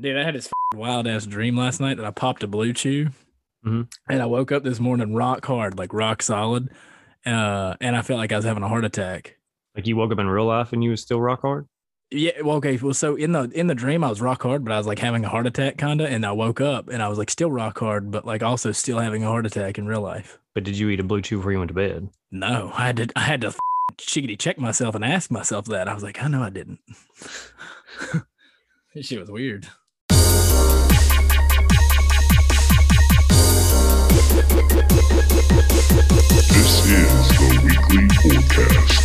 Dude, I had this wild ass dream last night that I popped a blue chew, Mhm. and I woke up this morning rock hard, like rock solid, uh, and I felt like I was having a heart attack. Like you woke up in real life and you was still rock hard. Yeah, well, okay, well, so in the in the dream I was rock hard, but I was like having a heart attack kinda, and I woke up and I was like still rock hard, but like also still having a heart attack in real life. But did you eat a blue chew before you went to bed? No, I did. I had to chickadee check myself and ask myself that. I was like, I know I didn't. this shit was weird. This is the weekly forecast.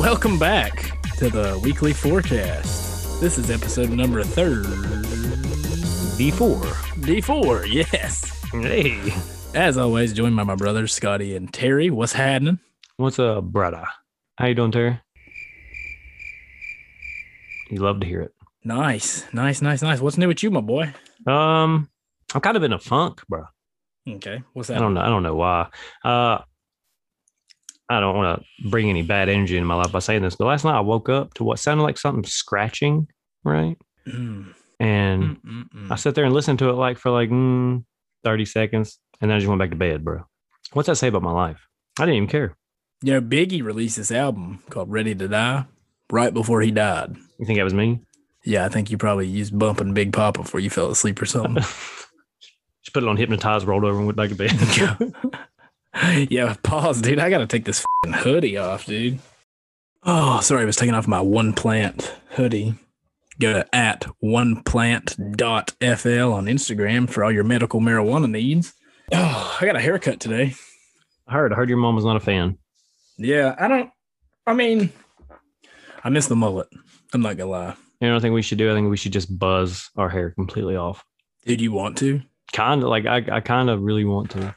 Welcome back to the weekly forecast. This is episode number third D four. D4. Yes. Hey, As always, joined by my brothers Scotty and Terry. What's happening? what's up, brother? How you doing, Terry? You love to hear it. Nice, nice, nice, nice. What's new with you, my boy? Um, I'm kind of in a funk, bro. Okay, what's I that? don't know. I don't know why. Uh, I don't want to bring any bad energy into my life by saying this, but last night I woke up to what sounded like something scratching, right? Mm, And mm, mm, mm. I sat there and listened to it like for like mm, 30 seconds and then I just went back to bed, bro. What's that say about my life? I didn't even care. You know, Biggie released this album called Ready to Die right before he died. You think that was me? Yeah, I think you probably used bumping Big Papa before you fell asleep or something. just put it on hypnotized, rolled over and went back to bed. yeah, pause, dude. I gotta take this fing hoodie off, dude. Oh, sorry, I was taking off my one plant hoodie. Go to at oneplant.fl on Instagram for all your medical marijuana needs. Oh, I got a haircut today. I heard, I heard your mom was not a fan. Yeah, I don't I mean I miss the mullet. I'm not gonna lie. You know what I think we should do? I think we should just buzz our hair completely off. Did you want to? Kind of like I, I kind of really want to.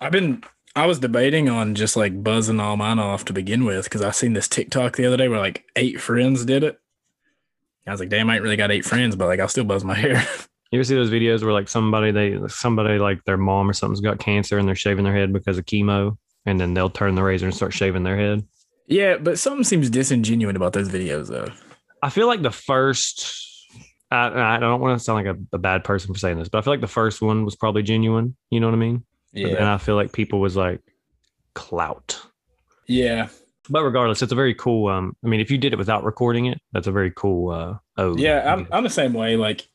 I've been I was debating on just like buzzing all mine off to begin with because I seen this TikTok the other day where like eight friends did it. I was like, damn, I ain't really got eight friends, but like I'll still buzz my hair. You ever see those videos where like somebody they somebody like their mom or something's got cancer and they're shaving their head because of chemo and then they'll turn the razor and start shaving their head? yeah, but something seems disingenuous about those videos though. I feel like the first. I, I don't want to sound like a, a bad person for saying this, but I feel like the first one was probably genuine. You know what I mean? And I feel like people was like clout. Yeah. But regardless, it's a very cool. Um, I mean, if you did it without recording it, that's a very cool. Uh, oh, Yeah. I'm I'm the same way. Like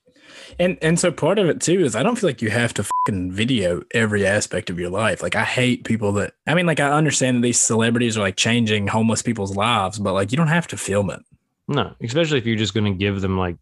and and so part of it too is I don't feel like you have to fucking video every aspect of your life. Like I hate people that I mean, like I understand that these celebrities are like changing homeless people's lives, but like you don't have to film it. no, especially if you're just going to give them like,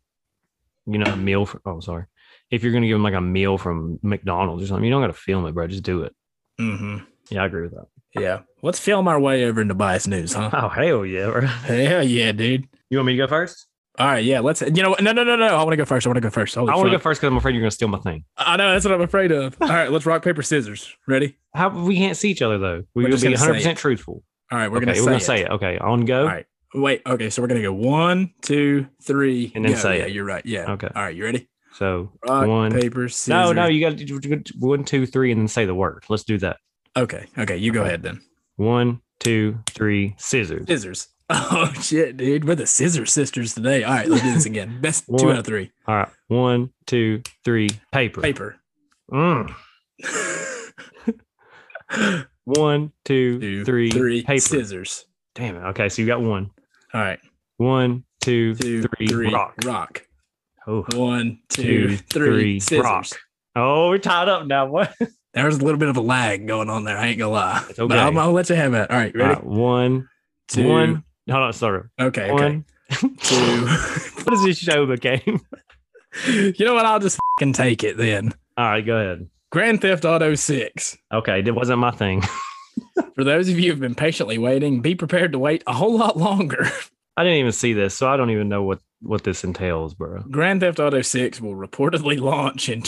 you know, a meal. For, oh, sorry. If you're going to give them like a meal from McDonald's or something, you don't got to film it, bro. Just do it. Mm-hmm. Yeah, I agree with that. Yeah. Let's film our way over into bias news, huh? Oh hell yeah, bro. Hell yeah, dude. You want me to go first? All right, yeah, let's. You know, what? no, no, no, no. I want to go first. I want to go first. Holy I want to go fuck. first because I'm afraid you're going to steal my thing. I know that's what I'm afraid of. All right, let's rock paper scissors. Ready? How we can't see each other though. We We're will just be gonna say 100 percent truthful. All right, we're okay, gonna we're say gonna it. say it. Okay, on go. All right. Wait. Okay, so we're gonna go one, two, three, And then go. say Yeah, it. you're right. Yeah. Okay. All right, you ready? So Rock One. paper scissors. no, no, you got to one, two, three, and then say the word. Let's do that. Okay, okay, you go Okay. ahead then. One, two, three, scissors. Scissors. Oh shit, dude, we're the scissor sisters today. All right, let's do this again. Best two One. out of three. All right. One, two, three, paper. Paper. Mm. One, two, three, Two, three, paper. scissors. Damn it. Okay, so you got one. All right. One, two, three, Two, three, rock. rock. Oh. One, Two, two, three, three, scissors. rock. Oh, we're tied up now. What? There was a little bit of a lag going on there. I ain't gonna lie. It's okay. But I'm, I'll let you have it. All right, you All ready? right, one, Two. one. Hold on, sorry. Okay, okay. One. Two. What is this show became? you know what? I'll just fucking take it then. All right, go ahead. Grand Theft Auto 6. Okay, that wasn't my thing. For those of you who've been patiently waiting, be prepared to wait a whole lot longer. I didn't even see this, so I don't even know what what this entails, bro. Grand Theft Auto 6 will reportedly launch in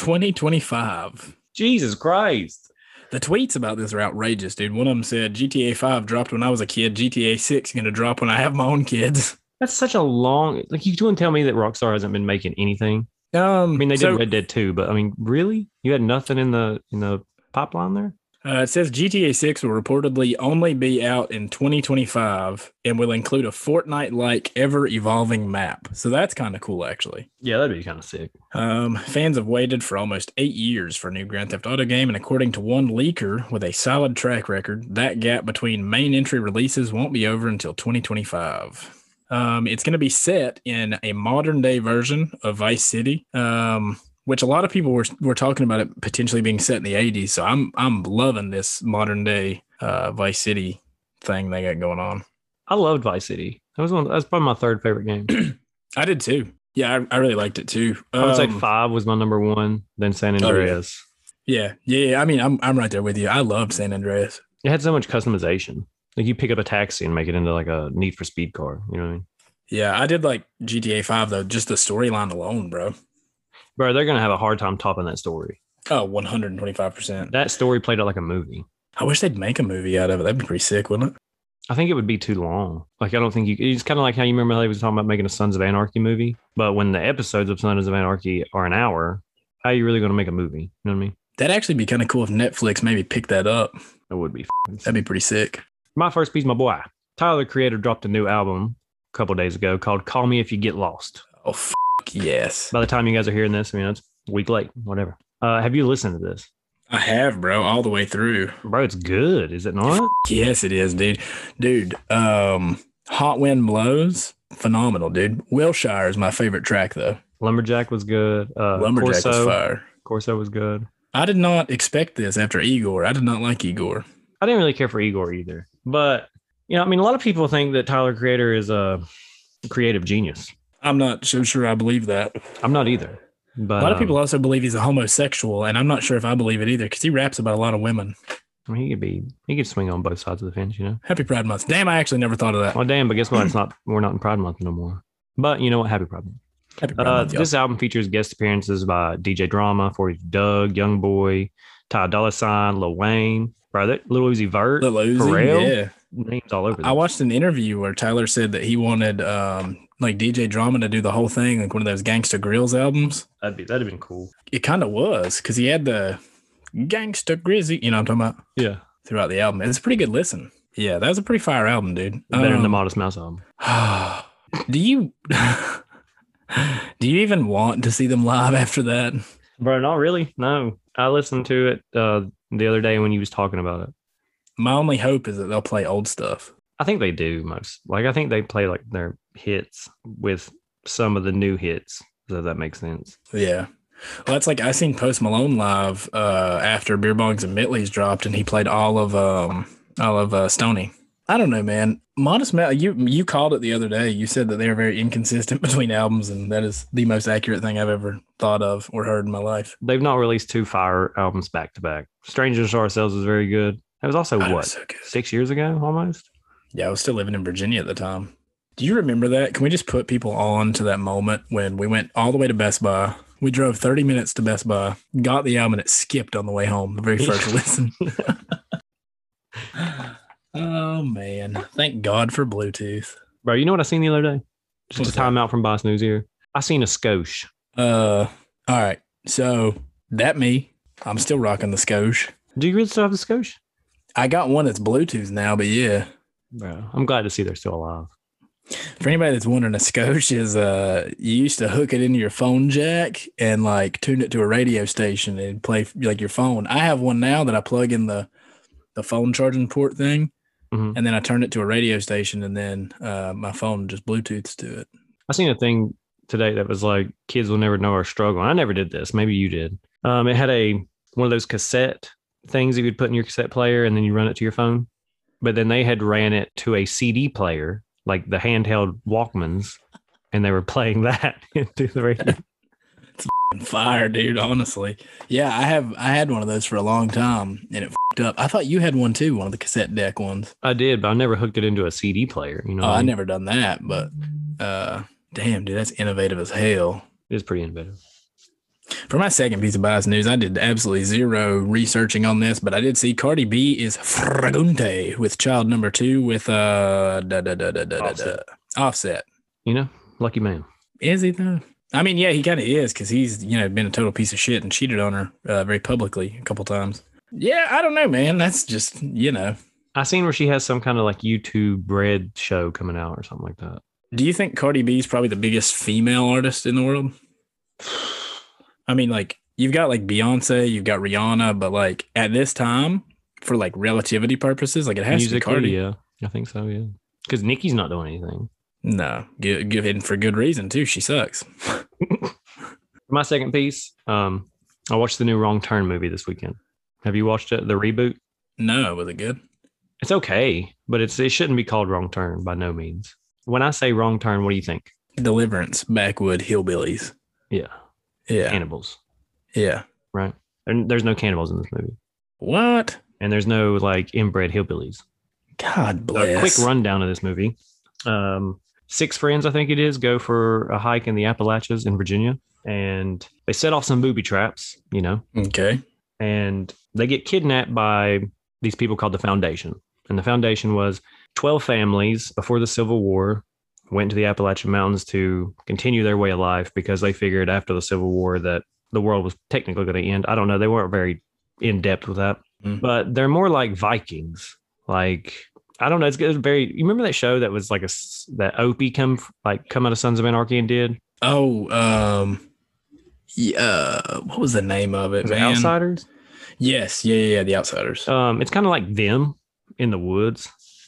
2025. Jesus Christ! The tweets about this are outrageous, dude. One of them said GTA 5 dropped when I was a kid, GTA 6 going to drop when I have my own kids. That's such a long. Like you don't tell me that Rockstar hasn't been making anything. Um, I mean, they so- did Red Dead Two, but I mean, really, you had nothing in the in the pipeline there. Uh, it says GTA 6 will reportedly only be out in 2025 and will include a Fortnite like ever evolving map. So that's kind of cool, actually. Yeah, that'd be kind of sick. Um, fans have waited for almost eight years for a new Grand Theft Auto game, and according to one leaker with a solid track record, that gap between main entry releases won't be over until 2025. Um, it's going to be set in a modern day version of Vice City. Um, which a lot of people were were talking about it potentially being set in the 80s. So I'm I'm loving this modern day uh, Vice City thing they got going on. I loved Vice City. That was one. That's probably my third favorite game. I did too. Yeah, I, I really liked it too. I would say Um, five was my number one. Then San yeah. Andreas. yeah, yeah, yeah. I mean, I'm I'm right there with you. I loved San Andreas. It had so much customization. Like you pick up a taxi and make it into like a Need for Speed car. You know what I mean? Yeah, I did like GTA 5 though, just the storyline alone, bro. Bro, they're gonna have a hard time topping that story. Oh, 125%. That story played out like a movie. I wish they'd make a movie out of it. That'd be pretty sick, wouldn't it? I think it would be too long. Like I don't think you. It's kind of like how you remember how they was talking about making a Sons of Anarchy movie, but when the episodes of Sons of Anarchy are an hour, how are you really going to make a movie? You know what I mean? That'd actually be kind of cool if Netflix maybe picked that up. It would be. f- That'd be pretty sick. My first piece, my boy Tyler the Creator dropped a new album a couple days ago called "Call Me If You Get Lost." Oh, f- yes. By the time you guys are hearing this, I mean it's a week late, whatever. Uh, have you listened to this, I have, bro, all the way through. bro? It's good, is it not? Yes, it is, dude. Dude, um, Hot Wind Blows, phenomenal, dude. Wilshire is my favorite track though. Lumberjack was good. Uh, Lumberjack Corso, is fire. Corso was good. I did not expect this after Igor. I did not like Igor. I didn't really care for Igor either. But you know, I mean, a lot of people think that Tyler Creator is a creative genius. I'm not so sure I believe that. I'm not either. But A lot of um, people also believe he's a homosexual, and I'm not sure if I believe it either because he raps about a lot of women. I mean, um, he could be. He could swing on both sides of the fence. You know. Happy Pride Month. Damn, I actually never thought of that. Well, damn. But guess what? It's not. We're not in Pride Month no more. But you know what? Happy Pride Month. Happy Pride Uh, Month, y'all. this album features guest appearances by DJ Drama, 40 Doug, Young Boy, Ty Dolla Sign, Lil Wayne, bro. That Lil Uzi Vert. Lil Uzi, Pharrell? yeah. names all over. I this. watched an interview where Tyler said that he wanted um, like DJ Drama to do the whole thing, like one of those Gangsta Grills albums. That'd be. That'd have been cool. It kind of was because he had the Gangsta Grizzy, you know what I'm talking about, Yeah. throughout the album. It's a pretty good listen. Yeah, that was a pretty fire album, dude. Better than the Um, Modest Mouse album. do you do you even want to see them live after that? Bro, not really. No, I listened to it uh, the other day when you was talking about it. My only hope is that they'll play old stuff. I think they do most. Like I think they play like their hits with some of the new hits. So that makes sense. Yeah. Well, that's like I seen Post Malone live uh, after Beer Bongs and Mitleys dropped, and he played all of um, all of uh, Stony. I don't know, man. Modest Mouse, you you called it the other day. You said that they are very inconsistent between albums, and that is the most accurate thing I've ever thought of or heard in my life. They've not released two Fire albums back to back. Strangers to Ourselves was very good. That was also God, it what was so good. six years ago almost. Yeah, I was still living in Virginia at the time. Do you remember that? Can we just put people on to that moment when we went all the way to Best Buy? We drove 30 minutes to Best Buy, got the album, and it skipped on the way home, the very first listen. oh, man. Thank God for Bluetooth. Bro, you know what I seen the other day? Just What's a that? timeout from Boss News here. I seen a skosh. Uh, all right. So that me. I'm still rocking the Skosh. Do you really still have the skosh? I got one that's Bluetooth now, but yeah. Bro, I'm glad to see they're still alive. For anybody that's wondering, a Scotch is uh, you used to hook it into your phone jack and like tune it to a radio station and play like your phone. I have one now that I plug in the the phone charging port thing, Mhm. and then I turn it to a radio station, and then uh, my phone just Bluetooths to it. I seen a thing today that was like kids will never know our struggle. And I never did this. Maybe you did. Um, it had a one of those cassette things that you'd put in your cassette player and then you run it to your phone. But then they had ran it to a CD player, like the handheld Walkmans, and they were playing that into the radio. Fire, dude. Honestly, yeah, I have I had one of those for a long time, and it fed up. I thought you had one too, one of the cassette deck ones. I did, but I never hooked it into a CD player. You know, Oh, what I mean? never done that, but uh, damn, dude, that's innovative as hell. It was pretty innovative. For my second piece of bias news, I did absolutely zero researching on this, but I did see Cardi B is fragunte with child number two with uh da, da, da, da, da, offset. Offset. Da, offset. You know, lucky man. Is he though? I mean, yeah, he kind of is because he's you know been a total piece of shit and cheated on her uh, very publicly a couple times. Yeah, I don't know, man. That's just you know. I seen where she has some kind of like YouTube red show coming out or something like that. Do you think Cardi B is probably the biggest female artist in the world? I mean, like you've got like Beyonce, you've got Rihanna, but like at this time, for like relativity purposes, like it has to be Cardi. yeah, I think so. Yeah, because Nikki's not doing anything. No, give, give in for good reason too. She sucks. My second piece. Um, I watched the new Wrong Turn movie this weekend. Have you watched it? The reboot. No, was it good? It's okay, but it's it shouldn't be called Wrong Turn by no means. When I say Wrong Turn, what do you think? Deliverance, backwood hillbillies. Yeah, Yeah, cannibals. yeah. There- there's no cannibals in this movie, What? and there's no like inbred hillbillies. God a bless. quick rundown of this movie. Um, six friends, I think it is, go for a hike in the Appalachians in Virginia, and they set off some booby traps, you know, Okay. and they get kidnapped by these people called the Foundation. And the Foundation was 12 families before the Civil War went to the Appalachian Mountains to continue their way of life because they figured after the Civil War that the world was technically going to end. I don't know. They weren't very in depth with that, Mm. but they're more like Vikings. Like, I don't know. It's, it's very, you remember that show that was like a, s- that Opie come, like come out of Sons of Anarchy and did? Oh, um, yeah. What was the name of it, Was it man? Outsiders? Yes. Yeah, yeah, yeah. The Outsiders. Um, it's kind of like them in the woods,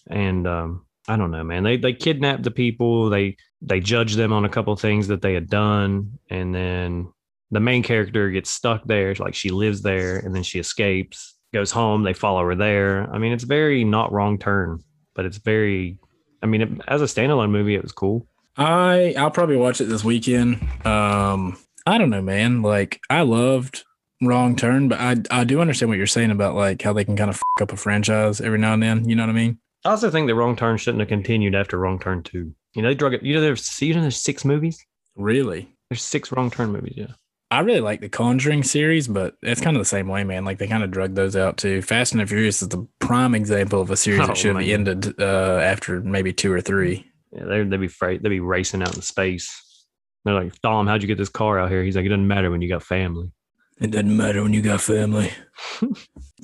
and um, I don't know, man. They they kidnap the people. They they judge them on a couple of things that they had done, and then the main character gets stuck there. Like she lives there, and then she escapes, goes home. They follow her there. I mean, it's very not wrong turn, but it's very. I mean, it, as a standalone movie, it was cool. I I'll probably watch it this weekend. Um, I don't know, man. Like I loved Wrong Turn, but I I do understand what you're saying about like how they can kind of fuck up a franchise every now and then. You know what I mean? I also think that Wrong Turn shouldn't have continued after Wrong Turn Two. You know, they drug it. You know, there's you know there's six movies. Really. There's six Wrong Turn movies. Yeah. I really like the Conjuring series, but it's kind of the same way, man. Like they kind of drug those out too. Fast and the Furious is the prime example of a series Oh, that should be man. ended uh, after maybe two or three. Yeah, they they'd be freight. They'd be racing out in space. They're like, Dom, how'd you get this car out here? He's like, it doesn't matter when you got family. It doesn't matter when you got family.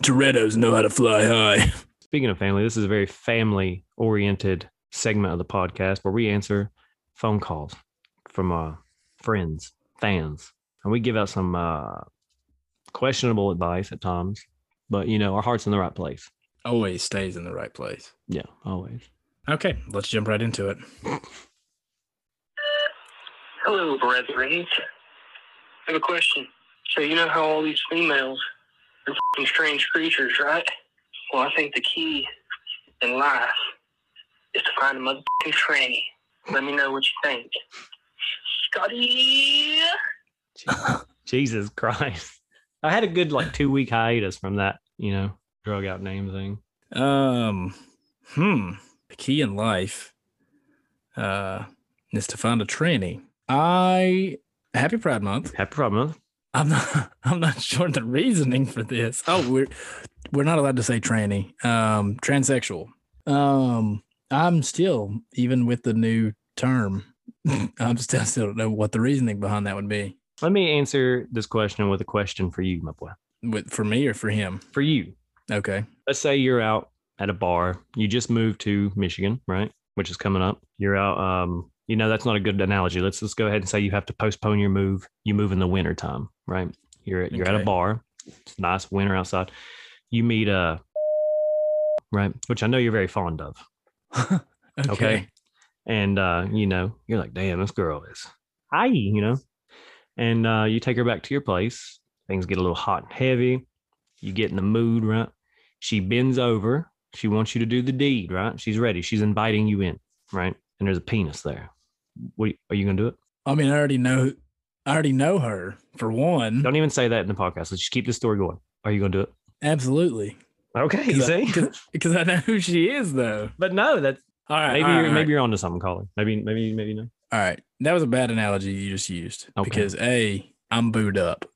Toretto's know how to fly high. Speaking of family, this is a very family oriented segment of the podcast where we answer phone calls from uh, friends, fans, and we give out some uh, questionable advice at times. But, you know, our heart's in the right place. Always stays in the right place. Yeah, always. Okay, let's jump right into it. Hello, brethren. I have a question. So you know how all these females are fing strange creatures, right? Well, I think the key in life is to find a motherfucking tranny. Let me know what you think. Scotty! Jesus Christ. I had a good, like, two week hiatus from that, you know, drug out name thing. Um, hmm. The key in life uh, is to find a tranny. I happy Pride Month. Happy Pride Month. I'm not. I'm not sure the reasoning for this. Oh, we're we're not allowed to say tranny. Um, transsexual. Um, I'm still even with the new term. I'm still still don't know what the reasoning behind that would be. Let me answer this question with a question for you, my boy. With for me or for him? For you, Okay. let's say you're out at a bar. You just moved to Michigan, right? Which is coming up. You're out. Um, you know that's not a good analogy. Let's just go ahead and say you have to postpone your move. You move in the winter time, right? You're you're at a Okay. bar. It's nice winter outside. You meet a right, which I know you're very fond of. okay. Okay. and uh, you know, you're like, damn, this girl is hi, you know, and uh, you take her back to your place. Things get a little hot and heavy. You get in the mood, right? She bends over. She wants you to do the deed, right? She's ready. She's inviting you in, right? And there's a penis there. What are you gonna do it? I mean, I already know. I already know her for one. Don't even say that in the podcast. Let's just keep the story going. Are you gonna do it? Absolutely, Okay, you Cause I- see. because I know who she is, though. but no, that's All right, maybe all right, you're, all right. maybe you're onto something, Colin. Maybe maybe maybe no. All right, that was a bad analogy you just used Okay. because a I'm booed up.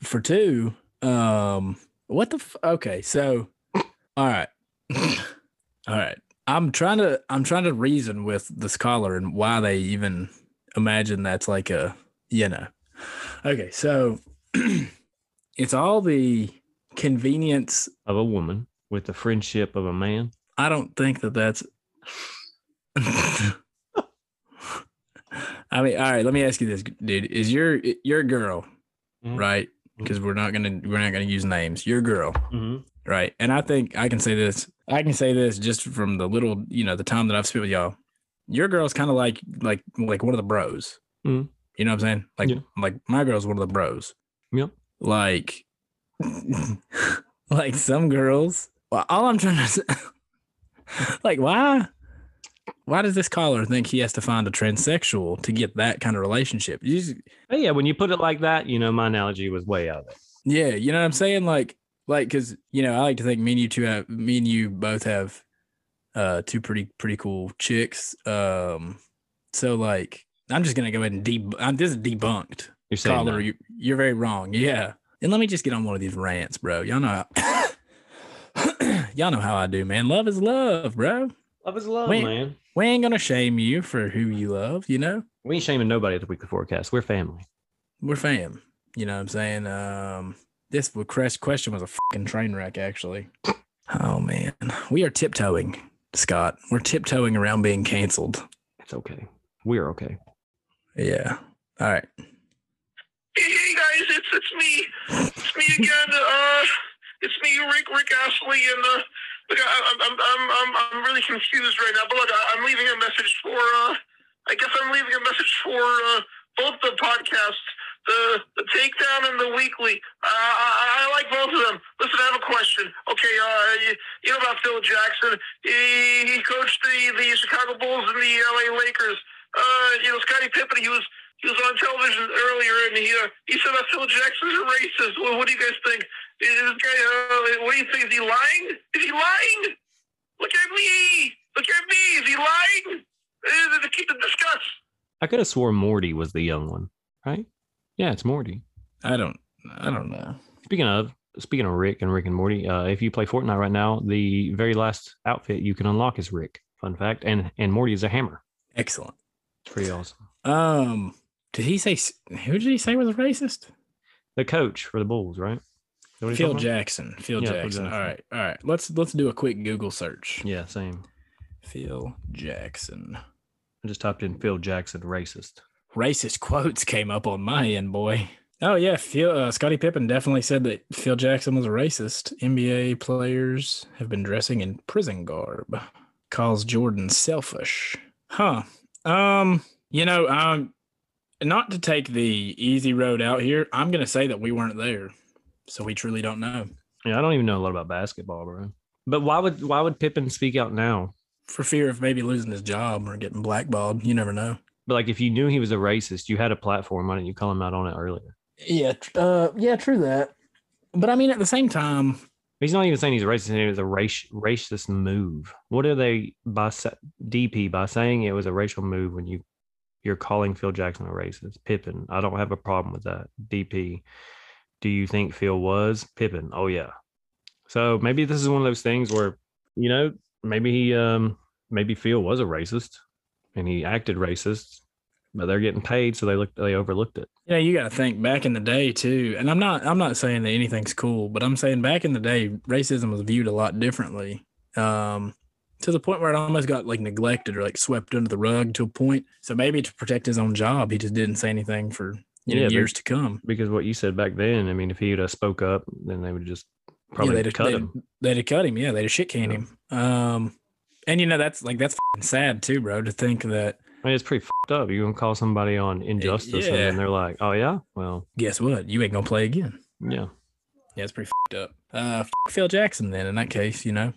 For two, um, what the? F- okay, so all right, all right. I'm trying to I'm trying to reason with the scholar and why they even imagine that's like a you know. Okay, so it's all the convenience. of a woman with the friendship of a man. I don't think that that's. I mean, all right. Let me ask you this, dude: Is your your girl Mhm. right? Mhm. Because we're not gonna we're not gonna use names. Your girl, Mm-hmm. right? And I think I can say this. I can say this just from the little you know the time that I've spent with y'all. Your girl's kind of like like like one of the bros. Mhm. You know what I'm saying? Like Yeah. like my girl's one of the bros. Yep. Like like some girls. Well, all I'm trying to say, like why why does this caller think he has to find a transsexual to get that kind of relationship? You just- But Oh, yeah, when you put it like that, you know, my analogy was way out of it. Yeah, you know what I'm saying? Like, like, cause you know, I like to think me and you two have me and you both have uh two pretty pretty cool chicks. Um so like I'm just gonna go ahead and deb I'm this is debunked. You're saying Caller, that. you you're very wrong. Yeah. And let me just get on one of these rants, bro. Y'all know how y'all know how I do, man. Love is love, bro. love is love, Wait. man. We ain't gonna shame you for who you love, you know? We ain't shaming nobody at the weekly forecast. We're family. We're fam. You know what I'm saying? Um, this w- cres- question was a fucking train wreck, actually. Oh man, we are tiptoeing, Scott. We're tiptoeing around being canceled. It's okay. We're okay. Yeah. All right. Hey guys, it's it's me, it's me again. Uh, it's me, Rick Rick Astley, and uh, look, I, I'm I'm I'm I'm I'm really confused right now. But look, I, I'm leaving a message for uh, I guess I'm leaving a message for uh, both the podcasts, the the takedown and the weekly. Uh, I, I like both of them. Listen, I have a question. Okay, uh, you, you know about Phil Jackson? He, he coached the the Chicago Bulls and the LA Lakers. Uh, you know, Scottie Pippen. He was he was on television earlier, and he uh, he said that Phil Jackson's a racist. Well, what do you guys think? Is this guy? Uh, what do you think? Is he lying? Is he lying? Look at me! Look at me! Is he lying? Uh, to keep the discuss. I could have swore Morty was the young one, right? Yeah, it's Morty. I don't. I don't know. Speaking of speaking of Rick and Rick and Morty, uh, if you play Fortnite right now, the very last outfit you can unlock is Rick. Fun fact, and and Morty is a hammer. Excellent. It's pretty awesome. Um, did he say s- who did he say was a racist? The coach for the Bulls, right? Is that what he's Phil talking about? Jackson. Phil Yeah, Phil Jackson. All Jackson. right. All right. Let's let's do a quick Google search. Yeah, same. Phil Jackson. I just typed in Phil Jackson racist. racist quotes came up on my end, boy. Oh yeah, Phil, uh, Scottie Pippen definitely said that Phil Jackson was a racist. NBA players have been dressing in prison garb. Calls Jordan selfish, huh? Um, you know, um, not to take the easy road out here. I'm gonna say that we weren't there, so we truly don't know. Yeah, I don't even know a lot about basketball, bro. But why would why would Pippen speak out now? For fear of maybe losing his job or getting blackballed, you never know. But like, if you knew he was a racist, you had a platform. Why didn't you call him out on it earlier? Yeah, tr- uh, yeah, true that. But I mean, at the same time, He's not even saying he's racist. It was a race, racist move. What are they by sa- DP by saying it was a racial move when you you're calling Phil Jackson a racist? Pippen, I don't have a problem with that. DP, do you think Phil was Pippen? Oh yeah. So maybe this is one of those things where you know maybe he um maybe Phil was a racist and he acted racist, but they're getting paid, so they looked they overlooked it. Yeah, you got to think back in the day too. And I'm not I'm not saying that anything's cool, but I'm saying back in the day racism was viewed a lot differently. Um to the point where it almost got like neglected or like swept under the rug to a point. So maybe to protect his own job, he just didn't say anything for you know, Yeah, but- years to come. Because what you said back then, I mean, if he would have spoke up, then they would just probably they'd have- cut they'd- him. They'd have cut him. Yeah, they'd have shit canned Yeah. him. Um and you know that's like that's fing sad too, bro, to think that I mean, it's pretty fucked up. You're gonna call somebody on injustice, and Eh, yeah. then they're like, "Oh yeah, well, guess what? You ain't going to play again. yeah." Yeah, it's pretty fed up. Uh f- Phil Jackson then in that case, you know.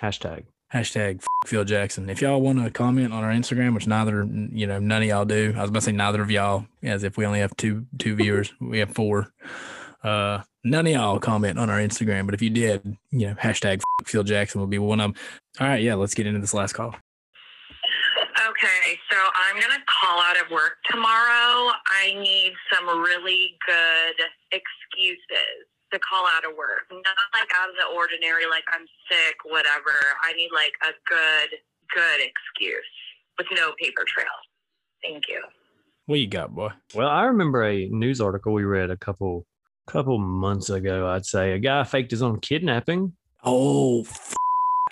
Hashtag. Hashtag f- Phil Jackson. If y'all want to comment on our Instagram, which neither you know none of y'all do, I was about to say neither of y'all, as if we only have two two viewers, we have four. Uh, none of y'all comment on our Instagram, but if you did, you know hashtag f- Phil Jackson will be one of them. All right, yeah, let's get into this last call. Okay, so I'm going to call out of work tomorrow. I need some really good excuses to call out of work. Not like out of the ordinary, like I'm sick, whatever. I need like a good, good excuse with no paper trail. Thank you. What you got, boy? Well, I remember a news article we read a couple couple months ago, I'd say, a guy faked his own kidnapping. Oh, f-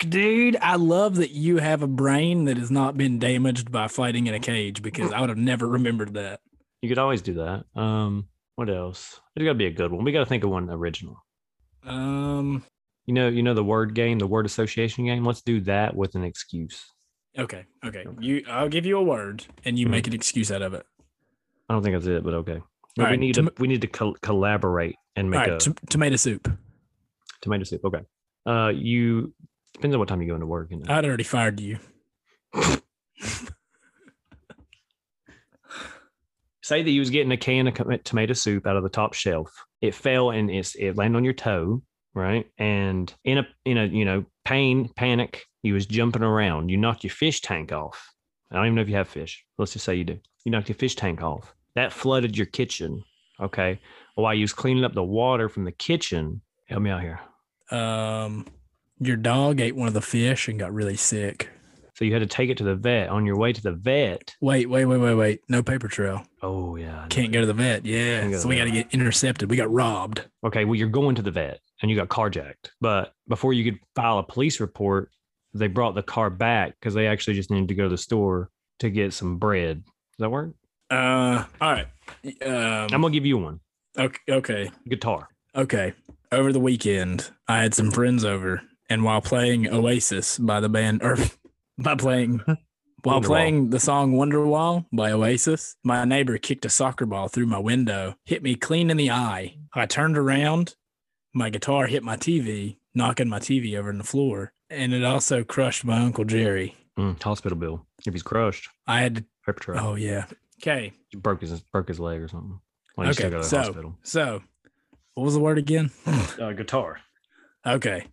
dude. I love that you have a brain that has not been damaged by fighting in a cage because I would have never remembered that. You could always do that. Um, what else? There's got to be a good one. We got to think of one original. Um, You know, you know the word game, the word association game. Let's do that with an excuse. okay, okay. You, I'll give you a word and you make an excuse out of it. I don't think that's it, but okay. Hmm. But All we right, need tom- to we need to col- collaborate and All make right, a to- tomato soup. tomato soup. Okay. Uh, you depends on what time you go into work. You know. I'd already fired you. Say that you was getting a can of com- tomato soup out of the top shelf. It fell and it's it landed on your toe, right? And in a in a you know pain panic, you was jumping around. You knocked your fish tank off. I don't even know if you have fish. Let's just say you do. You knocked your fish tank off. That flooded your kitchen. Okay. While you was cleaning up the water from the kitchen, help me out here. Um, your dog ate one of the fish and got really sick. So you had to take it to the vet. On your way to the vet. Wait, wait, wait, wait, wait. No paper trail. Oh yeah. I know. Can't go to the vet. Can't Yeah. go to so we the got to vet. get intercepted. We got robbed. okay, well, you're going to the vet and you got carjacked. But before you could file a police report, they brought the car back because they actually just needed to go to the store to get some bread. Does that work? Uh, all right. Um, I'm gonna give you one okay, okay. guitar. Okay. Over the weekend, I had some friends over, and while playing Oasis by the band, or by playing, while Wonderwall. playing the song Wonderwall by Oasis, my neighbor kicked a soccer ball through my window, hit me clean in the eye. I turned around, my guitar hit my TV, knocking my TV over on the floor, and it also crushed my Uncle Jerry. Mm, hospital bill. If he's crushed, I had to, paper trail. oh, yeah. Okay. Broke his broke his leg or something. Well, you still Okay. go to the So, hospital. so, what was the word again? Uh, guitar. Okay.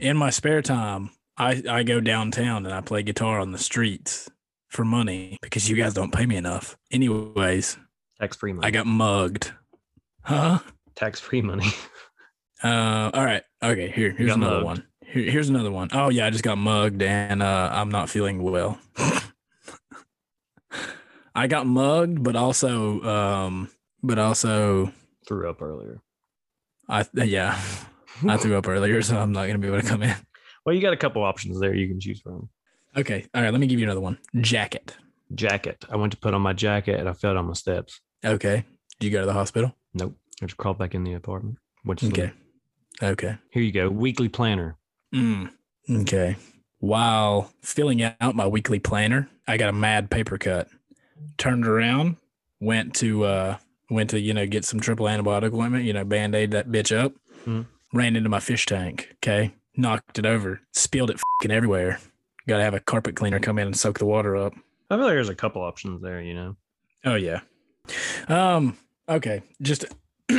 In my spare time, I, I go downtown and I play guitar on the streets for money because you guys don't pay me enough. Anyways, Tax free money. I got mugged. Huh? tax free money. Uh, all right. Okay. Here, here's got another mugged. one. Here, here's another one. Oh, yeah. I just got mugged and uh, I'm not feeling well. I got mugged, but also, um, but also, Threw up earlier. I, yeah, I threw up earlier, so I'm not going to be able to come in. Well, you got a couple options there you can choose from. Okay. All right. Let me give you another one. Jacket. Jacket. I went to put on my jacket and I fell down my steps. Okay. Do you go to the hospital? Nope. I just crawled back in the apartment. Which is Okay. Okay. Here you go. Weekly planner. Mm. Okay. While filling out my weekly planner, I got a mad paper cut. Turned around, went to uh went to, you know, get some triple antibiotic ointment, you know, band-aid that bitch up. Mm. Ran into my fish tank. Okay. Knocked it over, spilled it fing everywhere. Gotta have a carpet cleaner come in and soak the water up. I feel like there's a couple options there, you know. Oh yeah. Um. Okay. Just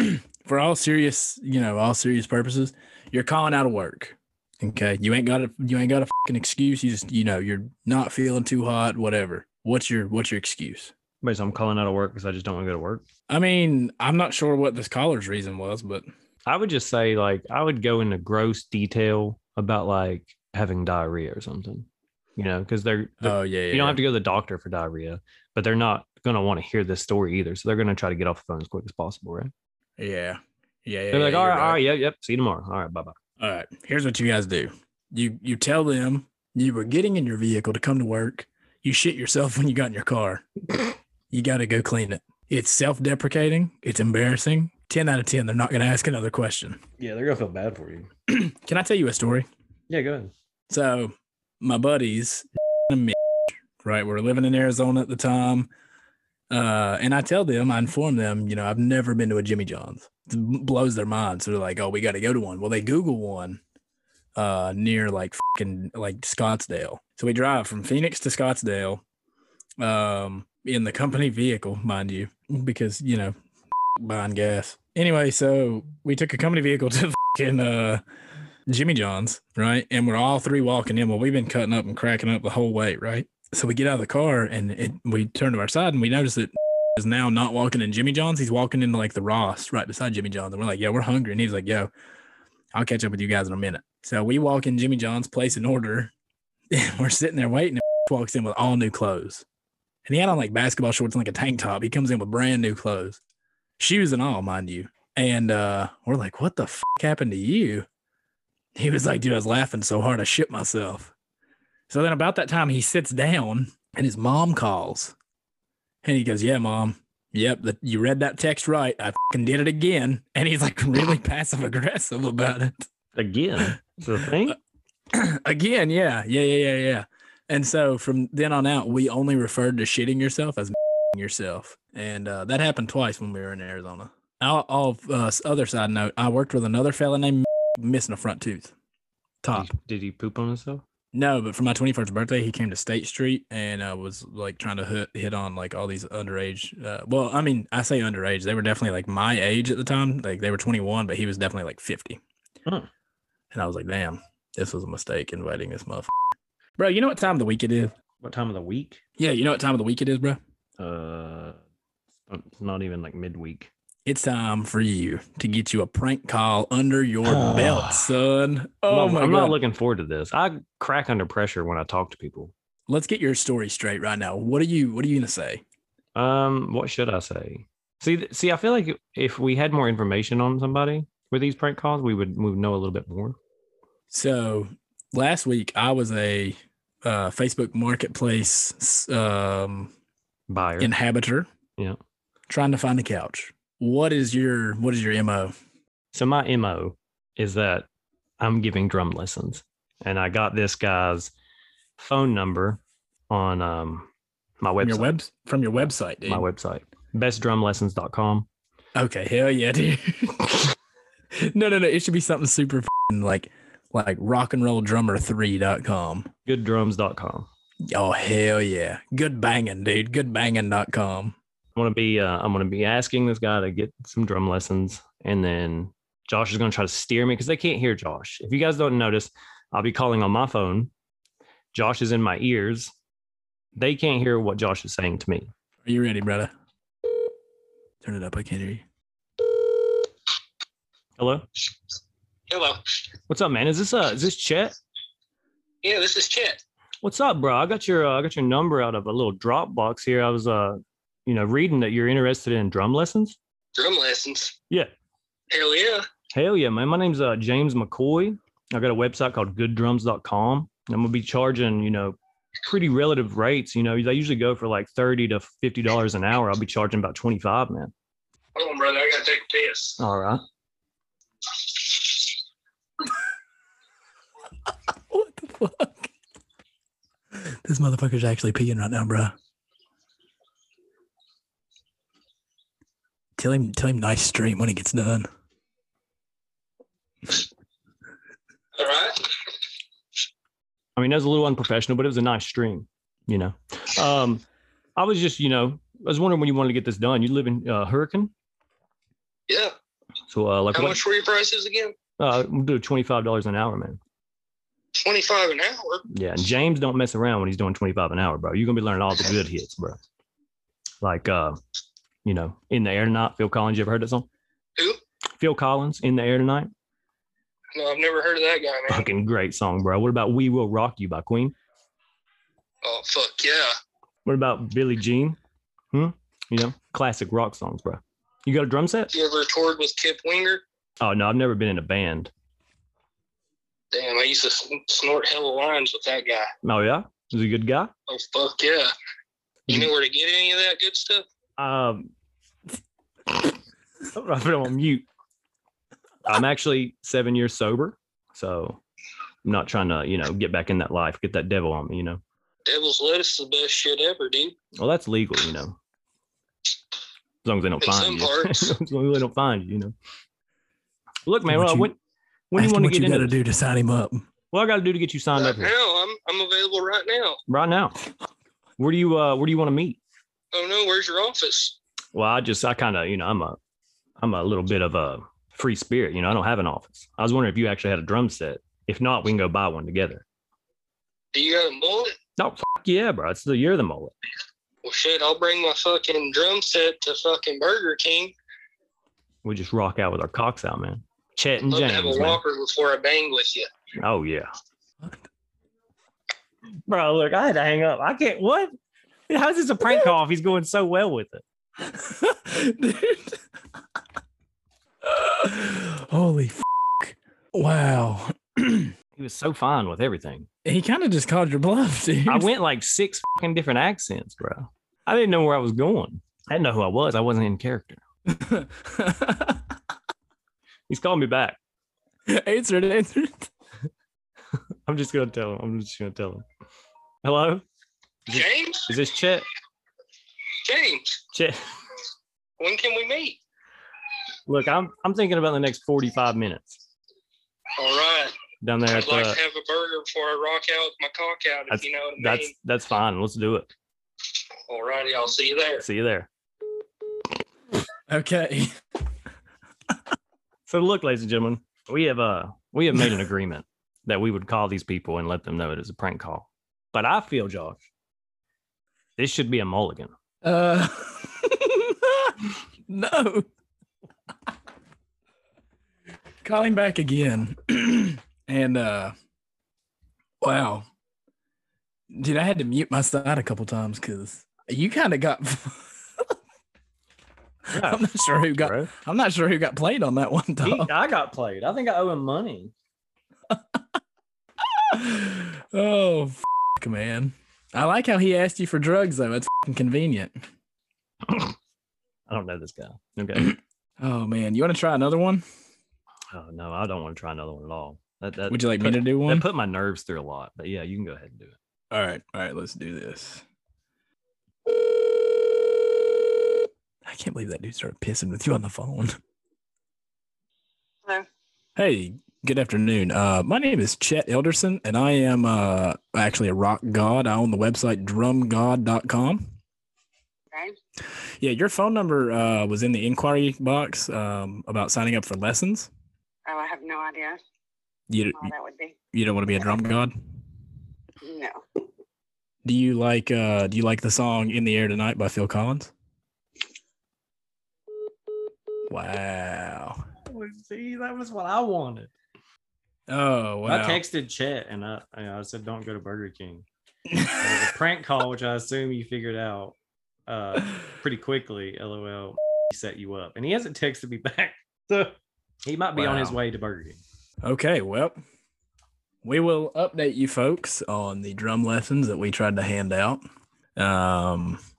for all serious, you know, all serious purposes, you're calling out of work. Okay. You ain't got a you ain't got a fucking excuse. You just you know you're not feeling too hot. Whatever. What's your what's your excuse? But so I'm calling out of work because I just don't want to go to work. I mean, I'm not sure what this caller's reason was, but I would just say like I would go into gross detail about like having diarrhea or something, you know, because they're, they're- oh yeah, yeah you don't have to go to the doctor for diarrhea, but they're not gonna want to hear this story either, so they're gonna try to get off the phone as quick as possible, right? yeah. yeah yeah yeah. they're like, yeah, all you're right, all right, yep, yep, see you tomorrow, all right, bye bye. All right, here's what you guys do. You you tell them you were getting in your vehicle to come to work. You shit yourself when you got in your car. you got to go clean it. It's self-deprecating. It's embarrassing. 10 out of 10, they're not going to ask another question. Yeah, they're gonna feel bad for you. Can I tell you a story? Yeah, go ahead. So, my buddies and me, right, we're living in Arizona at the time. Uh, and I tell them, I inform them, you know, I've never been to a Jimmy John's. It blows their mind. So they're like, oh, we got to go to one. Well, they Google one uh, near like fucking like Scottsdale. So we drive from Phoenix to Scottsdale um, in the company vehicle, mind you, because, you know, buying gas. Anyway, so we took a company vehicle to fucking uh, Jimmy John's, right? And we're all three walking in. Well, we've been cutting up and cracking up the whole way, right? So we get out of the car and it, we turn to our side and we notice that is now not walking in Jimmy John's. He's walking into like the Ross right beside Jimmy John's. And we're like, yeah, we're hungry. And he's like, yo, I'll catch up with you guys in a minute. So we walk in Jimmy John's, place an order. And we're sitting there waiting. And walks in with all new clothes. And he had on like basketball shorts and like a tank top. He comes in with brand new clothes, shoes and all, mind you. And uh, we're like, what the f- happened to you? He was like, dude, I was laughing so hard I shit myself. So then about that time, he sits down and his mom calls. And he goes, yeah, mom. Yep, that you read that text right. I fing did it again. And he's like really passive aggressive about it. Again, it's a Uh, thing. again, yeah. Yeah, yeah, yeah, yeah. And so from then on out, we only referred to shitting yourself as yourself. And uh, that happened twice when we were in Arizona. I'll, I'll uh, s- other side note, I worked with another fella named missing a front tooth. Top. Did, did he poop on himself? No, but for my 21st birthday, he came to State Street and uh, was like trying to hit, hit on like all these underage. Uh, well, I mean, I say underage. They were definitely like my age at the time. Like they were 21, but he was definitely like 50. Huh. And I was like, damn, this was a mistake inviting this motherfucker. Bro, you know what time of the week it is? What time of the week? Yeah, you know what time of the week it is, bro? Uh, it's not even like midweek. It's time for you to get you a prank call under your belt, son. Oh Ah. I'm, not- my I'm god. not looking forward to this. I crack under pressure when I talk to people. Let's get your story straight right now. What are you what are you gonna say? Um, what should I say? See, th- see, I feel like if we had more information on somebody with these prank calls, we would we would know a little bit more. So last week I was a uh, Facebook Marketplace s- um, Buyer. inhabitor. Yeah. Trying to find a couch. What is your what is your mo? So my mo is that I'm giving drum lessons, and I got this guy's phone number on um my From website. your web from your website, dude. my website, bestdrumlessons.com. Okay, hell yeah, dude. no, no, no. It should be something super f***ing like like rock and roll drummer 3.com. Gooddrums.com. Oh hell yeah. Good banging, dude. Good banging.com. I'm gonna be uh, I'm gonna be asking this guy to get some drum lessons, and then Josh is gonna try to steer me because they can't hear Josh. If you guys don't notice, I'll be calling on my phone. Josh is in my ears. They can't hear what Josh is saying to me. Are you ready, brother? Turn it up. I can't hear you. Hello, Hello. what's up, man? Is this uh is this Chet? Yeah, this is Chet. What's up, bro? I got your uh, I got your number out of a little Dropbox here. I was uh you know reading that you're interested in drum lessons. Drum lessons. Yeah. Hell yeah. Hell yeah, man. My name's uh, James McCoy. I got a website called gooddrums.com. I'm going to be charging, you know, pretty relative rates. You know, they usually go for like 30 to $50 an hour. I'll be charging about 25, man. Hold on, brother. I gotta take a piss. All right. What the fuck? This motherfucker's actually peeing right now, bro. Tell him tell him nice stream when he gets done. All right. I mean, that was a little unprofessional, but it was a nice stream, you know. Um, I was just, you know, I was wondering when you wanted to get this done. You live in uh, Hurricane. Yeah. So, uh, like, How what- much were your prices again? uh, we'll do $25 an hour, man. Twenty-five an hour. Yeah, and James don't mess around when he's doing 25 an hour, bro. You're gonna be learning all the good hits, bro. Like uh, you know, in the air tonight, Phil Collins. You ever heard that song? Who? Phil Collins, in the air tonight. No, I've never heard of that guy, man. Fucking great song, bro. What about We Will Rock You by Queen? Oh fuck yeah. What about Billie Jean? Hmm? You know, classic rock songs, bro. You got a drum set? You ever toured with Kip Winger? Oh no, I've never been in a band. Damn, I used to sn- snort hella lines with that guy. Oh yeah? He's a good guy. Oh fuck yeah. You know where to get any of that good stuff? Um I put him on mute. I'm actually seven years sober, so I'm not trying to, you know, get back in that life, get that devil on me, you know. Devil's lettuce is the best shit ever, dude. Well, that's legal, you know. As long as they don't In find some you. parts. as long as they don't find you, you know. Look, man, What well, you- when, when you Ask him want to what get you into gotta this? do to sign him up. what I gotta do to get you signed Right up here now, I'm I'm available right now. right now. Where do you uh where do you want to meet? Oh no, where's your office? Well, I just I kind of you know I'm a I'm a little bit of a free spirit. You know, I don't have an office. I was wondering if you actually had a drum set. If not, we can go buy one together. Do you got a mullet? No, fuck yeah, bro. It's the you're the mullet. Well shit, I'll bring my fucking drum set to fucking Burger King. We just rock out with our cocks out, man. Chet and Love to have a James, man. whopper before I bang with you. Oh yeah. Bro, look, I had to hang up. I can't. What? How's this a prank call if he's going so well with it? Dude. Holy fuck. Wow. He was so fine with everything. He kind of just called your bluff, dude. I went like six fucking different accents, bro. I didn't know where I was going. I didn't know who I was. I wasn't in character. He's calling me back. answered, answered. I'm just gonna tell him. I'm just gonna tell him. Hello? James? Is this Chet? James, Chet. when can we meet? Look, I'm I'm thinking about the next 45 minutes All right. down there at uh, I'd like to the. have a burger before I rock out with my cock out, if you know what I mean. That's that's fine. Let's do it. All righty, I'll see you there. See you there. Okay. So look, ladies and gentlemen, we have uh we have made an agreement that we would call these people and let them know it is a prank call. But I feel, Josh, this should be a mulligan. Uh, no. Calling back again. and uh wow. Dude, I had to mute my side a couple times because you kind of got I'm not sure who got bro. I'm not sure who got played on that one He- time. I got played. I think I owe him money. oh f- man. I like how he asked you for drugs though. It's f convenient. I don't know this guy. Okay. Oh man, you want to try another one? oh no, I don't want to try another one at all. That, that Would you like me put- to do one? That put my nerves through a lot. But yeah, you can go ahead and do it. All right, all right, let's do this. I can't believe that dude started pissing with you on the phone. Hello. Hey, good afternoon. Uh, my name is Chet Elderson, and I am uh, actually a rock god. I own the website drumgod.com. Okay. Yeah, your phone number uh, was in the inquiry box um, about signing up for lessons. Oh, I have no idea You, how that would be. you don't want to be a drum god? No. Do you like uh, do you like the song "In the Air Tonight" by Phil Collins? Wow! See, that was what I wanted. Oh wow! I texted Chet and I, I said, "Don't go to Burger King." It was a prank call, which I assume you figured out uh, pretty quickly. LOL, he set you up, and he hasn't texted me back. So he might be on his Wow. way to Burger King. okay, well, we will update you folks on the drum lessons that we tried to hand out. Um,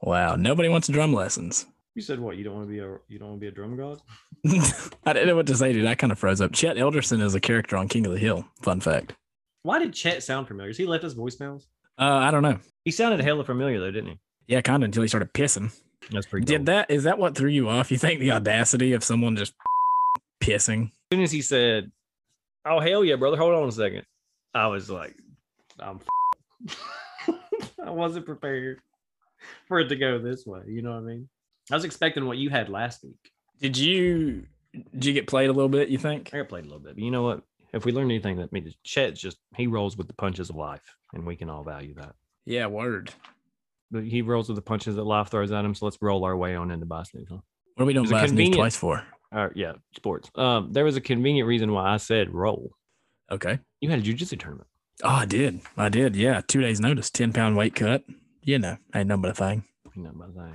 wow! Nobody wants drum lessons. You said what? You don't want to be a you don't want to be a drum god? I didn't know what to say, dude. I kind of froze up. Chet Elderson is a character on King of the Hill. Fun fact. Why did Chet sound familiar? Has he left us voicemails? Uh, I don't know. He sounded hella familiar though, didn't he? Yeah, kind of until he started pissing. That's pretty. Did that? Is that what threw you off? You think the audacity of someone just pissing? As soon as he said, "Oh hell yeah, brother! Hold on a second. I was like, "I'm." f- I wasn't prepared for it to go this way. You know what I mean? I was expecting what you had last week. Did you? Did you get played a little bit? You think? I got played a little bit, but you know what? If we learned anything, that means Chet's just he rolls with the punches of life, and we can all value that. Yeah. Word. But he rolls with the punches that life throws at him. So let's roll our way on into Boston. Huh? What are we doing Is it last news convenient? twice for? All right, yeah, sports. Um, there was a convenient reason why I said roll. Okay. You had a jujitsu tournament. Oh, I did. I did. Yeah. Two days notice. Ten pound weight cut. You know, ain't nothing but a thing. You know, by the way.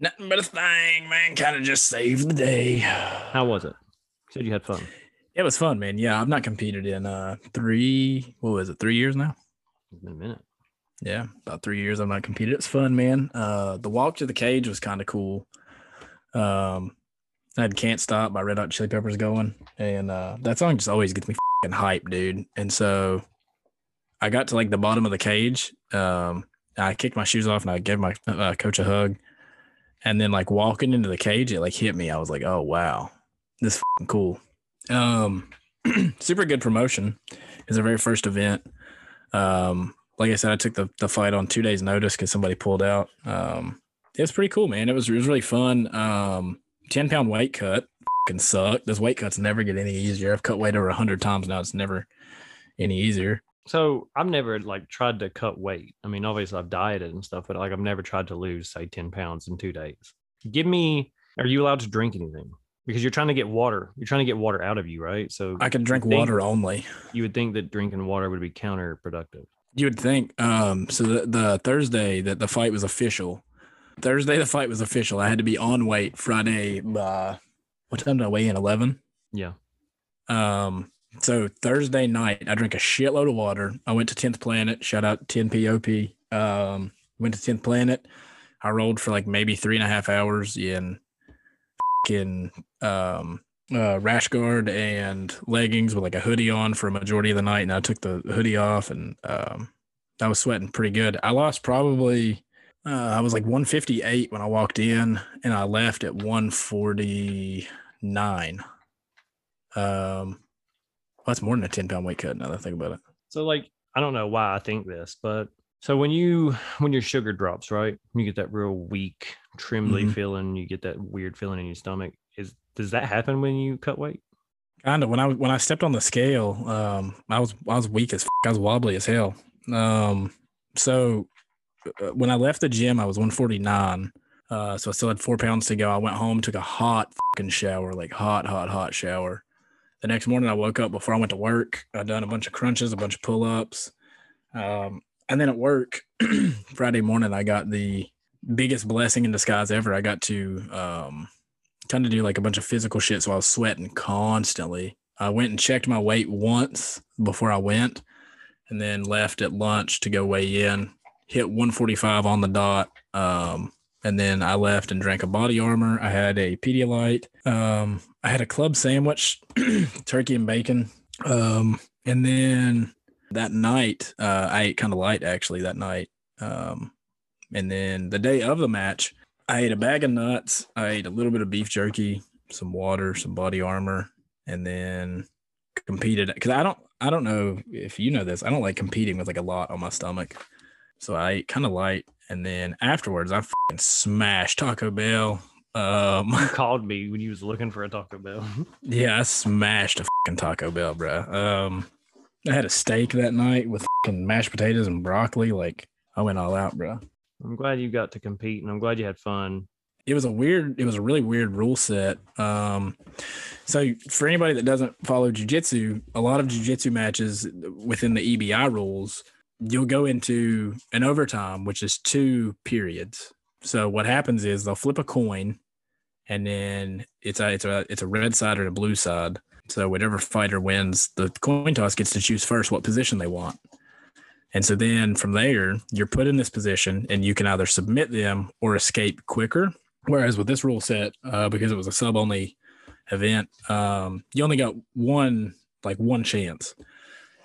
Nothing but a thing, man. Kind of just saved the day. How was it? You said you had fun. It was fun, man. Yeah, I've not competed in uh three. What was it? Three years now. It's been a minute. Yeah, about three years I've not competed. It's fun, man. Uh, the walk to the cage was kind of cool. Um, I had "Can't Stop" by Red Hot Chili Peppers going, and uh, that song just always gets me fing hype, dude. And so, I got to like the bottom of the cage. Um, I kicked my shoes off and I gave my uh, coach a hug, and then like walking into the cage, it like hit me. I was like, "Oh wow, this is fing cool." Um, super good promotion. It's our very first event. Um, like I said, I took the, the fight on two days' notice because somebody pulled out. Um, it was pretty cool, man. It was it was really fun. Um, ten pound weight cut can suck. Those weight cuts never get any easier. I've cut weight over hundred times now. It's never any easier. So I've never like tried to cut weight. I mean, obviously I've dieted and stuff, but like I've never tried to lose say ten pounds in two days. Give me. Are you allowed to drink anything? Because you're trying to get water. You're trying to get water out of you, right? So I can drink Thank- water only. you would think that drinking water would be counterproductive. You would think. Um, so the, the Thursday that the fight was official, Thursday the fight was official. I had to be on weight Friday. Uh, what time did I weigh in? Eleven. Yeah. Um. So Thursday night, I drank a shitload of water. I went to Tenth Planet. Shout out Ten Pop. Um. Went to Tenth Planet. I rolled for like maybe three and a half hours in, in um uh, rash guard and leggings with like a hoodie on for a majority of the night. And I took the hoodie off and um, I was sweating pretty good. I lost probably, uh, I was like 158 when I walked in and I left at 149. Um, that's more than a 10 pound weight cut now that I think about it. So like I don't know why I think this, but so when you when your sugar drops, right? You get that real weak, trembly Mhm. feeling, you get that weird feeling in your stomach. Is does that happen when you cut weight? Kind of when I when I stepped on the scale, um, I was I was weak as f- I was wobbly as hell. Um, so uh, when I left the gym, I was 149. Uh, so I still had four pounds to go. I went home, took a hot fucking shower, like hot, hot, hot shower. The next morning, I woke up before I went to work. I done a bunch of crunches, a bunch of pull ups, um, and then at work Friday morning, I got the biggest blessing in disguise ever. I got to um, kind of do like a bunch of physical shit. So I was sweating constantly. I went and checked my weight once before I went and then left at lunch to go weigh in, hit 145 on the dot. Um, and then I left and drank a body armor. I had a Pedialyte. Um, I had a club sandwich, turkey and bacon. Um, and then that night, uh, I ate kind of light actually that night. Um, and then the day of the match, I ate a bag of nuts. I ate a little bit of beef jerky, some water, some body armor, and then competed because I don't I don't know if you know this. I don't like competing with like a lot on my stomach, so I ate kind of light. And then afterwards, I fucking smashed Taco Bell. Um, You called me when you was looking for a Taco Bell. yeah, I smashed a fucking Taco Bell, bro. Um, I had a steak that night with fucking mashed potatoes and broccoli. Like I went all out, bro. I'm glad you got to compete and I'm glad you had fun. it was a weird it was a really weird rule set um so for anybody that doesn't follow jiu-jitsu a lot of jiu-jitsu matches within the ebi rules you'll go into an overtime which is two periods so what happens is they'll flip a coin and then it's a it's a it's a red side or a blue side so whichever fighter wins the coin toss gets to choose first what position they want and so then from there you're put in this position and you can either submit them or escape quicker Whereas with this rule set, uh, because it was a sub only event, um, you only got one like one chance.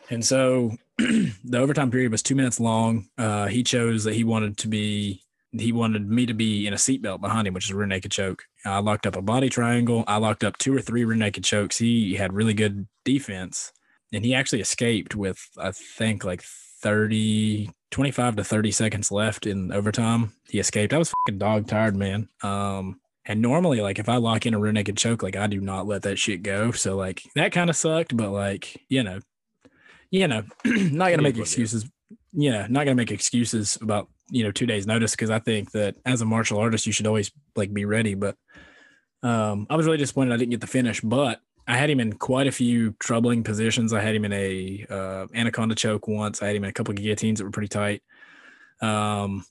And so the overtime period was two minutes long. Uh, he chose that he wanted to be he wanted me to be in a seatbelt behind him, which is a rear naked choke. I locked up a body triangle. I locked up two or three rear naked chokes. He had really good defense, and he actually escaped with I think like 30 25 to 30 seconds left in overtime. He escaped. I was fucking dog tired, man. Um, and normally, like, if I lock in a rear naked choke, like, I do not let that shit go. So, like, that kind of sucked, but, like, you know, you know, not going is to what it make is. excuses. Yeah, not going to make excuses about, you know, two days' notice because I think that as a martial artist, you should always, like, be ready. But um, I was really disappointed I didn't get the finish, but I had him in quite a few troubling positions. I had him in a uh, anaconda choke once. I had him in a couple of guillotines that were pretty tight. Um,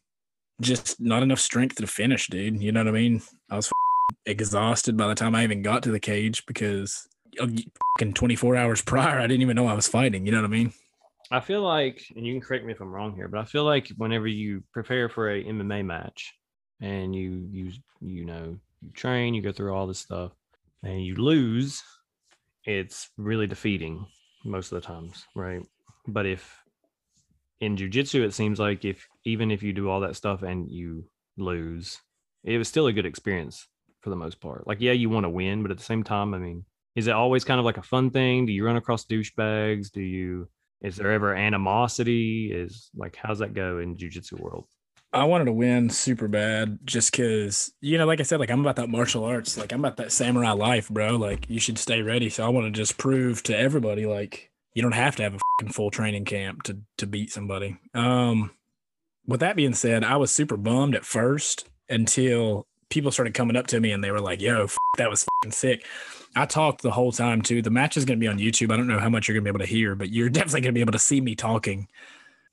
just not enough strength to finish, dude. You know what I mean? I was f- exhausted by the time I even got to the cage because fucking 24 hours prior, I didn't even know I was fighting. You know what I mean? I feel like, and you can correct me if I'm wrong here, but I feel like whenever you prepare for a MMA match and you you you know you train, you go through all this stuff, and you lose, it's really defeating most of the times, right? But if in jujitsu, it seems like if even if you do all that stuff and you lose, it was still a good experience for the most part. Like, yeah, you want to win, but at the same time, I mean, is it always kind of like a fun thing? Do you run across douchebags? Do you is there ever animosity is like how's that go in jiu-jitsu world I wanted to win super bad just because, you know, like I said, like I'm about that martial arts, like I'm about that samurai life, bro. Like you should stay ready. So I want to just prove to everybody, like, you don't have to have a fucking full training camp to, to beat somebody. Um, with that being said, I was super bummed at first until people started coming up to me and they were like, yo, f- that was fucking sick. I talked the whole time too. The match is going to be on YouTube. I don't know how much you're going to be able to hear, but you're definitely going to be able to see me talking.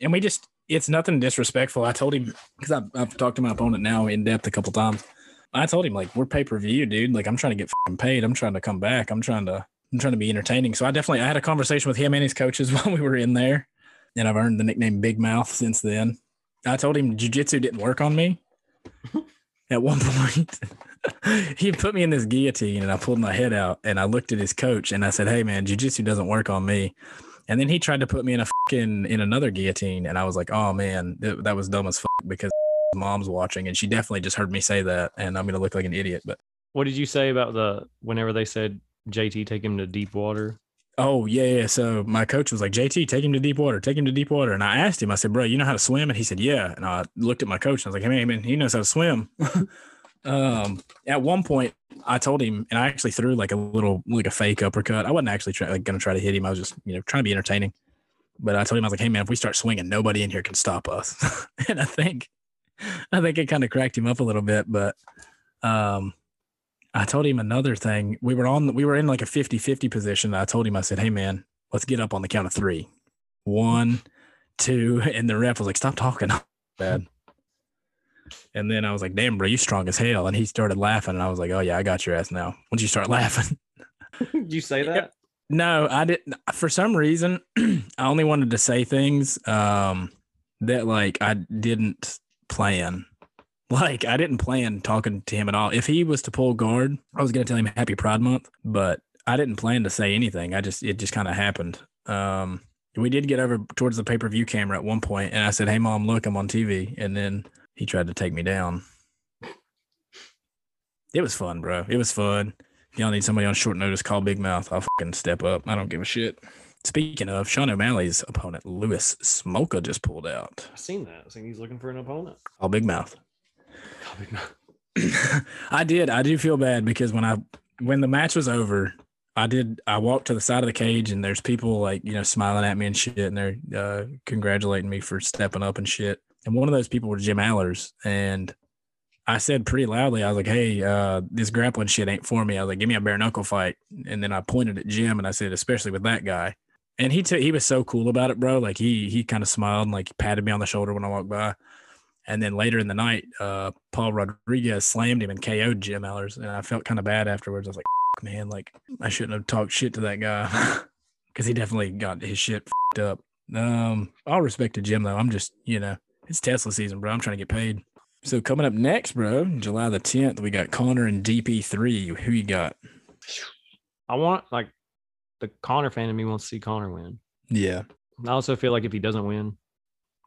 And we just, it's nothing disrespectful. I told him because I've, I've talked to my opponent now in depth a couple times. I told him like we're pay per view, dude. Like I'm trying to get fucking paid. I'm trying to come back. I'm trying to I'm trying to be entertaining. So I definitely I had a conversation with him and his coaches while we were in there, and I've earned the nickname Big Mouth since then. I told him jujitsu didn't work on me. At one point, he put me in this guillotine, and I pulled my head out, and I looked at his coach, and I said, "Hey, man, jujitsu doesn't work on me." And then he tried to put me in a fucking in another guillotine, and I was like, "Oh man, that, that was dumb as fuck." Because mom's watching, and she definitely just heard me say that, and I'm gonna look like an idiot. But What did you say about the whenever they said JT take him to deep water? oh yeah, yeah. So my coach was like, "JT, take him to deep water. Take him to deep water." And I asked him, I said, "Bro, you know how to swim?" And he said, "Yeah." And I looked at my coach, and I was like, "Hey man, man he knows how to swim." um, at one point, I told him, and I actually threw like a little like a fake uppercut. I wasn't actually try, like gonna try to hit him. I was just you know trying to be entertaining. But I told him I was like, "Hey man, if we start swinging, nobody in here can stop us." and I think, I think it kind of cracked him up a little bit. But um, I told him another thing. We were on we were in like a 50-50 position. I told him I said, "Hey man, let's get up on the count of 3." 1 2 and the ref was like, "Stop talking." Bad. And then I was like, "Damn, bro, you strong as hell." And he started laughing and I was like, "Oh yeah, I got your ass now." Once you start laughing. Did you say that? No, I didn't for some reason I only wanted to say things um that like I didn't plan. Like I didn't plan talking to him at all. If he was to pull guard, I was gonna tell him Happy Pride Month, but I didn't plan to say anything. I just it just kind of happened. Um, we did get over towards the pay per view camera at one point, and I said, "Hey mom, look, I'm on TV." And then he tried to take me down. It was fun, bro. It was fun. Y'all need somebody on short notice. Call Big Mouth. I'll fucking step up. I don't give a shit. Speaking of Sean O'Malley's opponent, Lewis Smoker just pulled out. I've seen that. I've seen he's looking for an opponent. Call Big Mouth. I did. I do feel bad because when I when the match was over, I did. I walked to the side of the cage and there's people like you know smiling at me and shit, and they're uh, congratulating me for stepping up and shit. And one of those people was Jim Allers, and I said pretty loudly, I was like, "Hey, uh, this grappling shit ain't for me." I was like, "Give me a bare knuckle fight," and then I pointed at Jim and I said, "Especially with that guy." And he took. He was so cool about it, bro. Like he he kind of smiled and like patted me on the shoulder when I walked by. And then later in the night, uh, Paul Rodriguez slammed him and KO'd Jim Allers. And I felt kind of bad afterwards. I was like, "F- man, like I shouldn't have talked shit to that guy because he definitely got his shit fed up. Um, all respect to Jim, though. I'm just, you know, it's Tesla season, bro. I'm trying to get paid. So coming up next, bro, July the 10th, we got Connor and DP3. Who you got? I want like the Connor fan in me wants to see Connor win. Yeah. I also feel like if he doesn't win,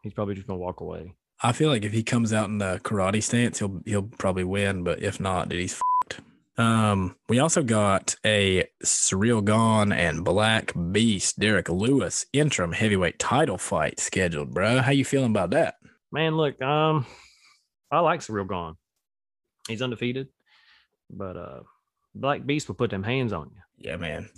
he's probably just gonna walk away. I feel like if he comes out in the karate stance, he'll he'll probably win. But if not, dude, he's fucked. Um, we also got a surreal gone and black beast Derek Lewis interim heavyweight title fight scheduled, bro. How you feeling about that? Man, look, um, I like Surreal Gone. He's undefeated, but uh, Black Beast will put them hands on you. Yeah, man.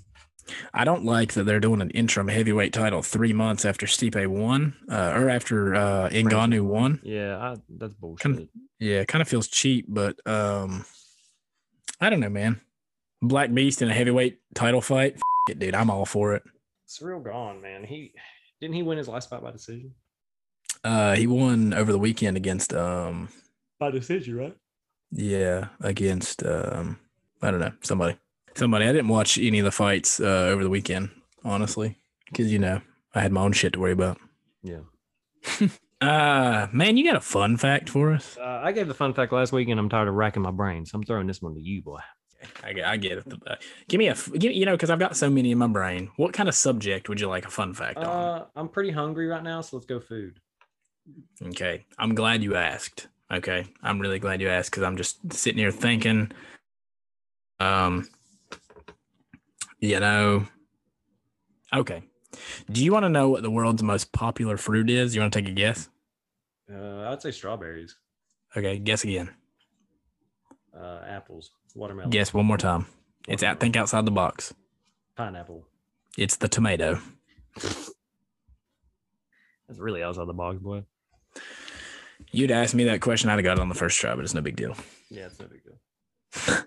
I don't like that they're doing an interim heavyweight title three months after Stipe won, uh, or after uh, Ngannou won. Yeah, I, that's bullshit. Yeah, it kind of feels cheap, but um, I don't know, man. Black Beast in a heavyweight title fight, F- it, dude. I'm all for it. Surreal Gone, man. He didn't he win his last fight by decision? Uh, he won over the weekend against um, By decision, right? yeah, against um, I don't know somebody, somebody. I didn't watch any of the fights uh, over the weekend, honestly, because you know I had my own shit to worry about. Yeah. Uh, man, you got a fun fact for us? Uh, I gave the fun fact last week, and I'm tired of racking my brain, so I'm throwing this one to you, boy. I, get- I get it. Uh, Give me a, f- give, you know, because I've got so many in my brain. What kind of subject would you like a fun fact on? Uh, I'm pretty hungry right now, so let's go food. Okay. I'm glad you asked. Okay. I'm really glad you asked because I'm just sitting here thinking, um, you know, okay. Do you want to know what the world's most popular fruit is? You want to take a guess? Uh, I'd say strawberries, Okay. Guess again. uh, apples, watermelon, Guess one more time. It's out. Think outside the box. pineapple. It's the tomato. That's really outside the box, boy. You'd asked me that question. I'd have got it on the first try, but it's no big deal. Yeah, it's no big deal.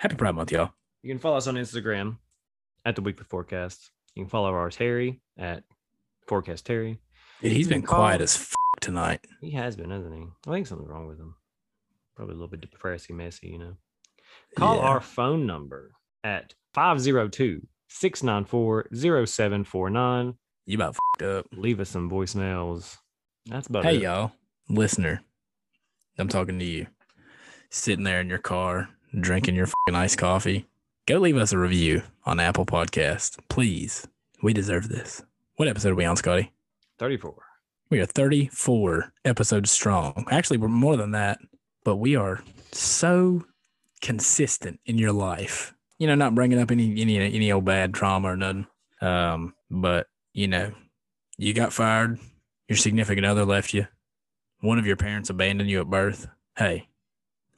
Happy Pride Month, y'all. You can follow us on Instagram at the Weekly Forecast. You can follow our Terry at Forecast Terry. Dude, he's been Paul. quiet as f- tonight. He has been, hasn't he? I think something's wrong with him. Probably a little bit depressy, messy, you know. Call Yeah. our phone number at 502 694 0749. You about fucked up. Leave us some voicemails. That's about Hey uh, it. y'all, listener. I'm talking to you. Sitting there in your car, drinking your fucking iced coffee. Go leave us a review on Apple Podcast, please. We deserve this. What episode are we on, Scotty? 34. We are 34 episodes strong. Actually, we're more than that, but we are so consistent in your life. You know, not bringing up any any any old bad trauma or nothing. Um, but you know, you got fired. Your significant other left you. One of your parents abandoned you at birth. Hey,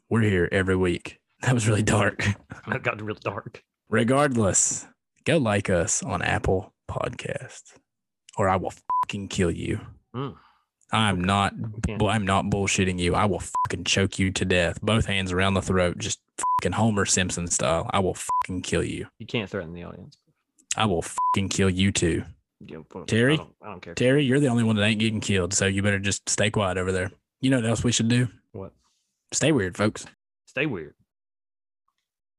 we're here every week. That was really dark. That got real dark. Regardless, go like us on Apple Podcast, or I will fucking kill you. Mm. I'm not. can't. bu- I'm not bullshitting you. I will fucking choke you to death. Both hands around the throat, just fucking Homer Simpson style. I will fucking kill you. You can't threaten the audience. I will fucking kill you too. You know, fuck, Terry? I don't, I don't care. Terry, you're the only one that ain't getting killed, so you better just stay quiet over there. You know what else we should do? What? Stay weird, folks. Stay weird.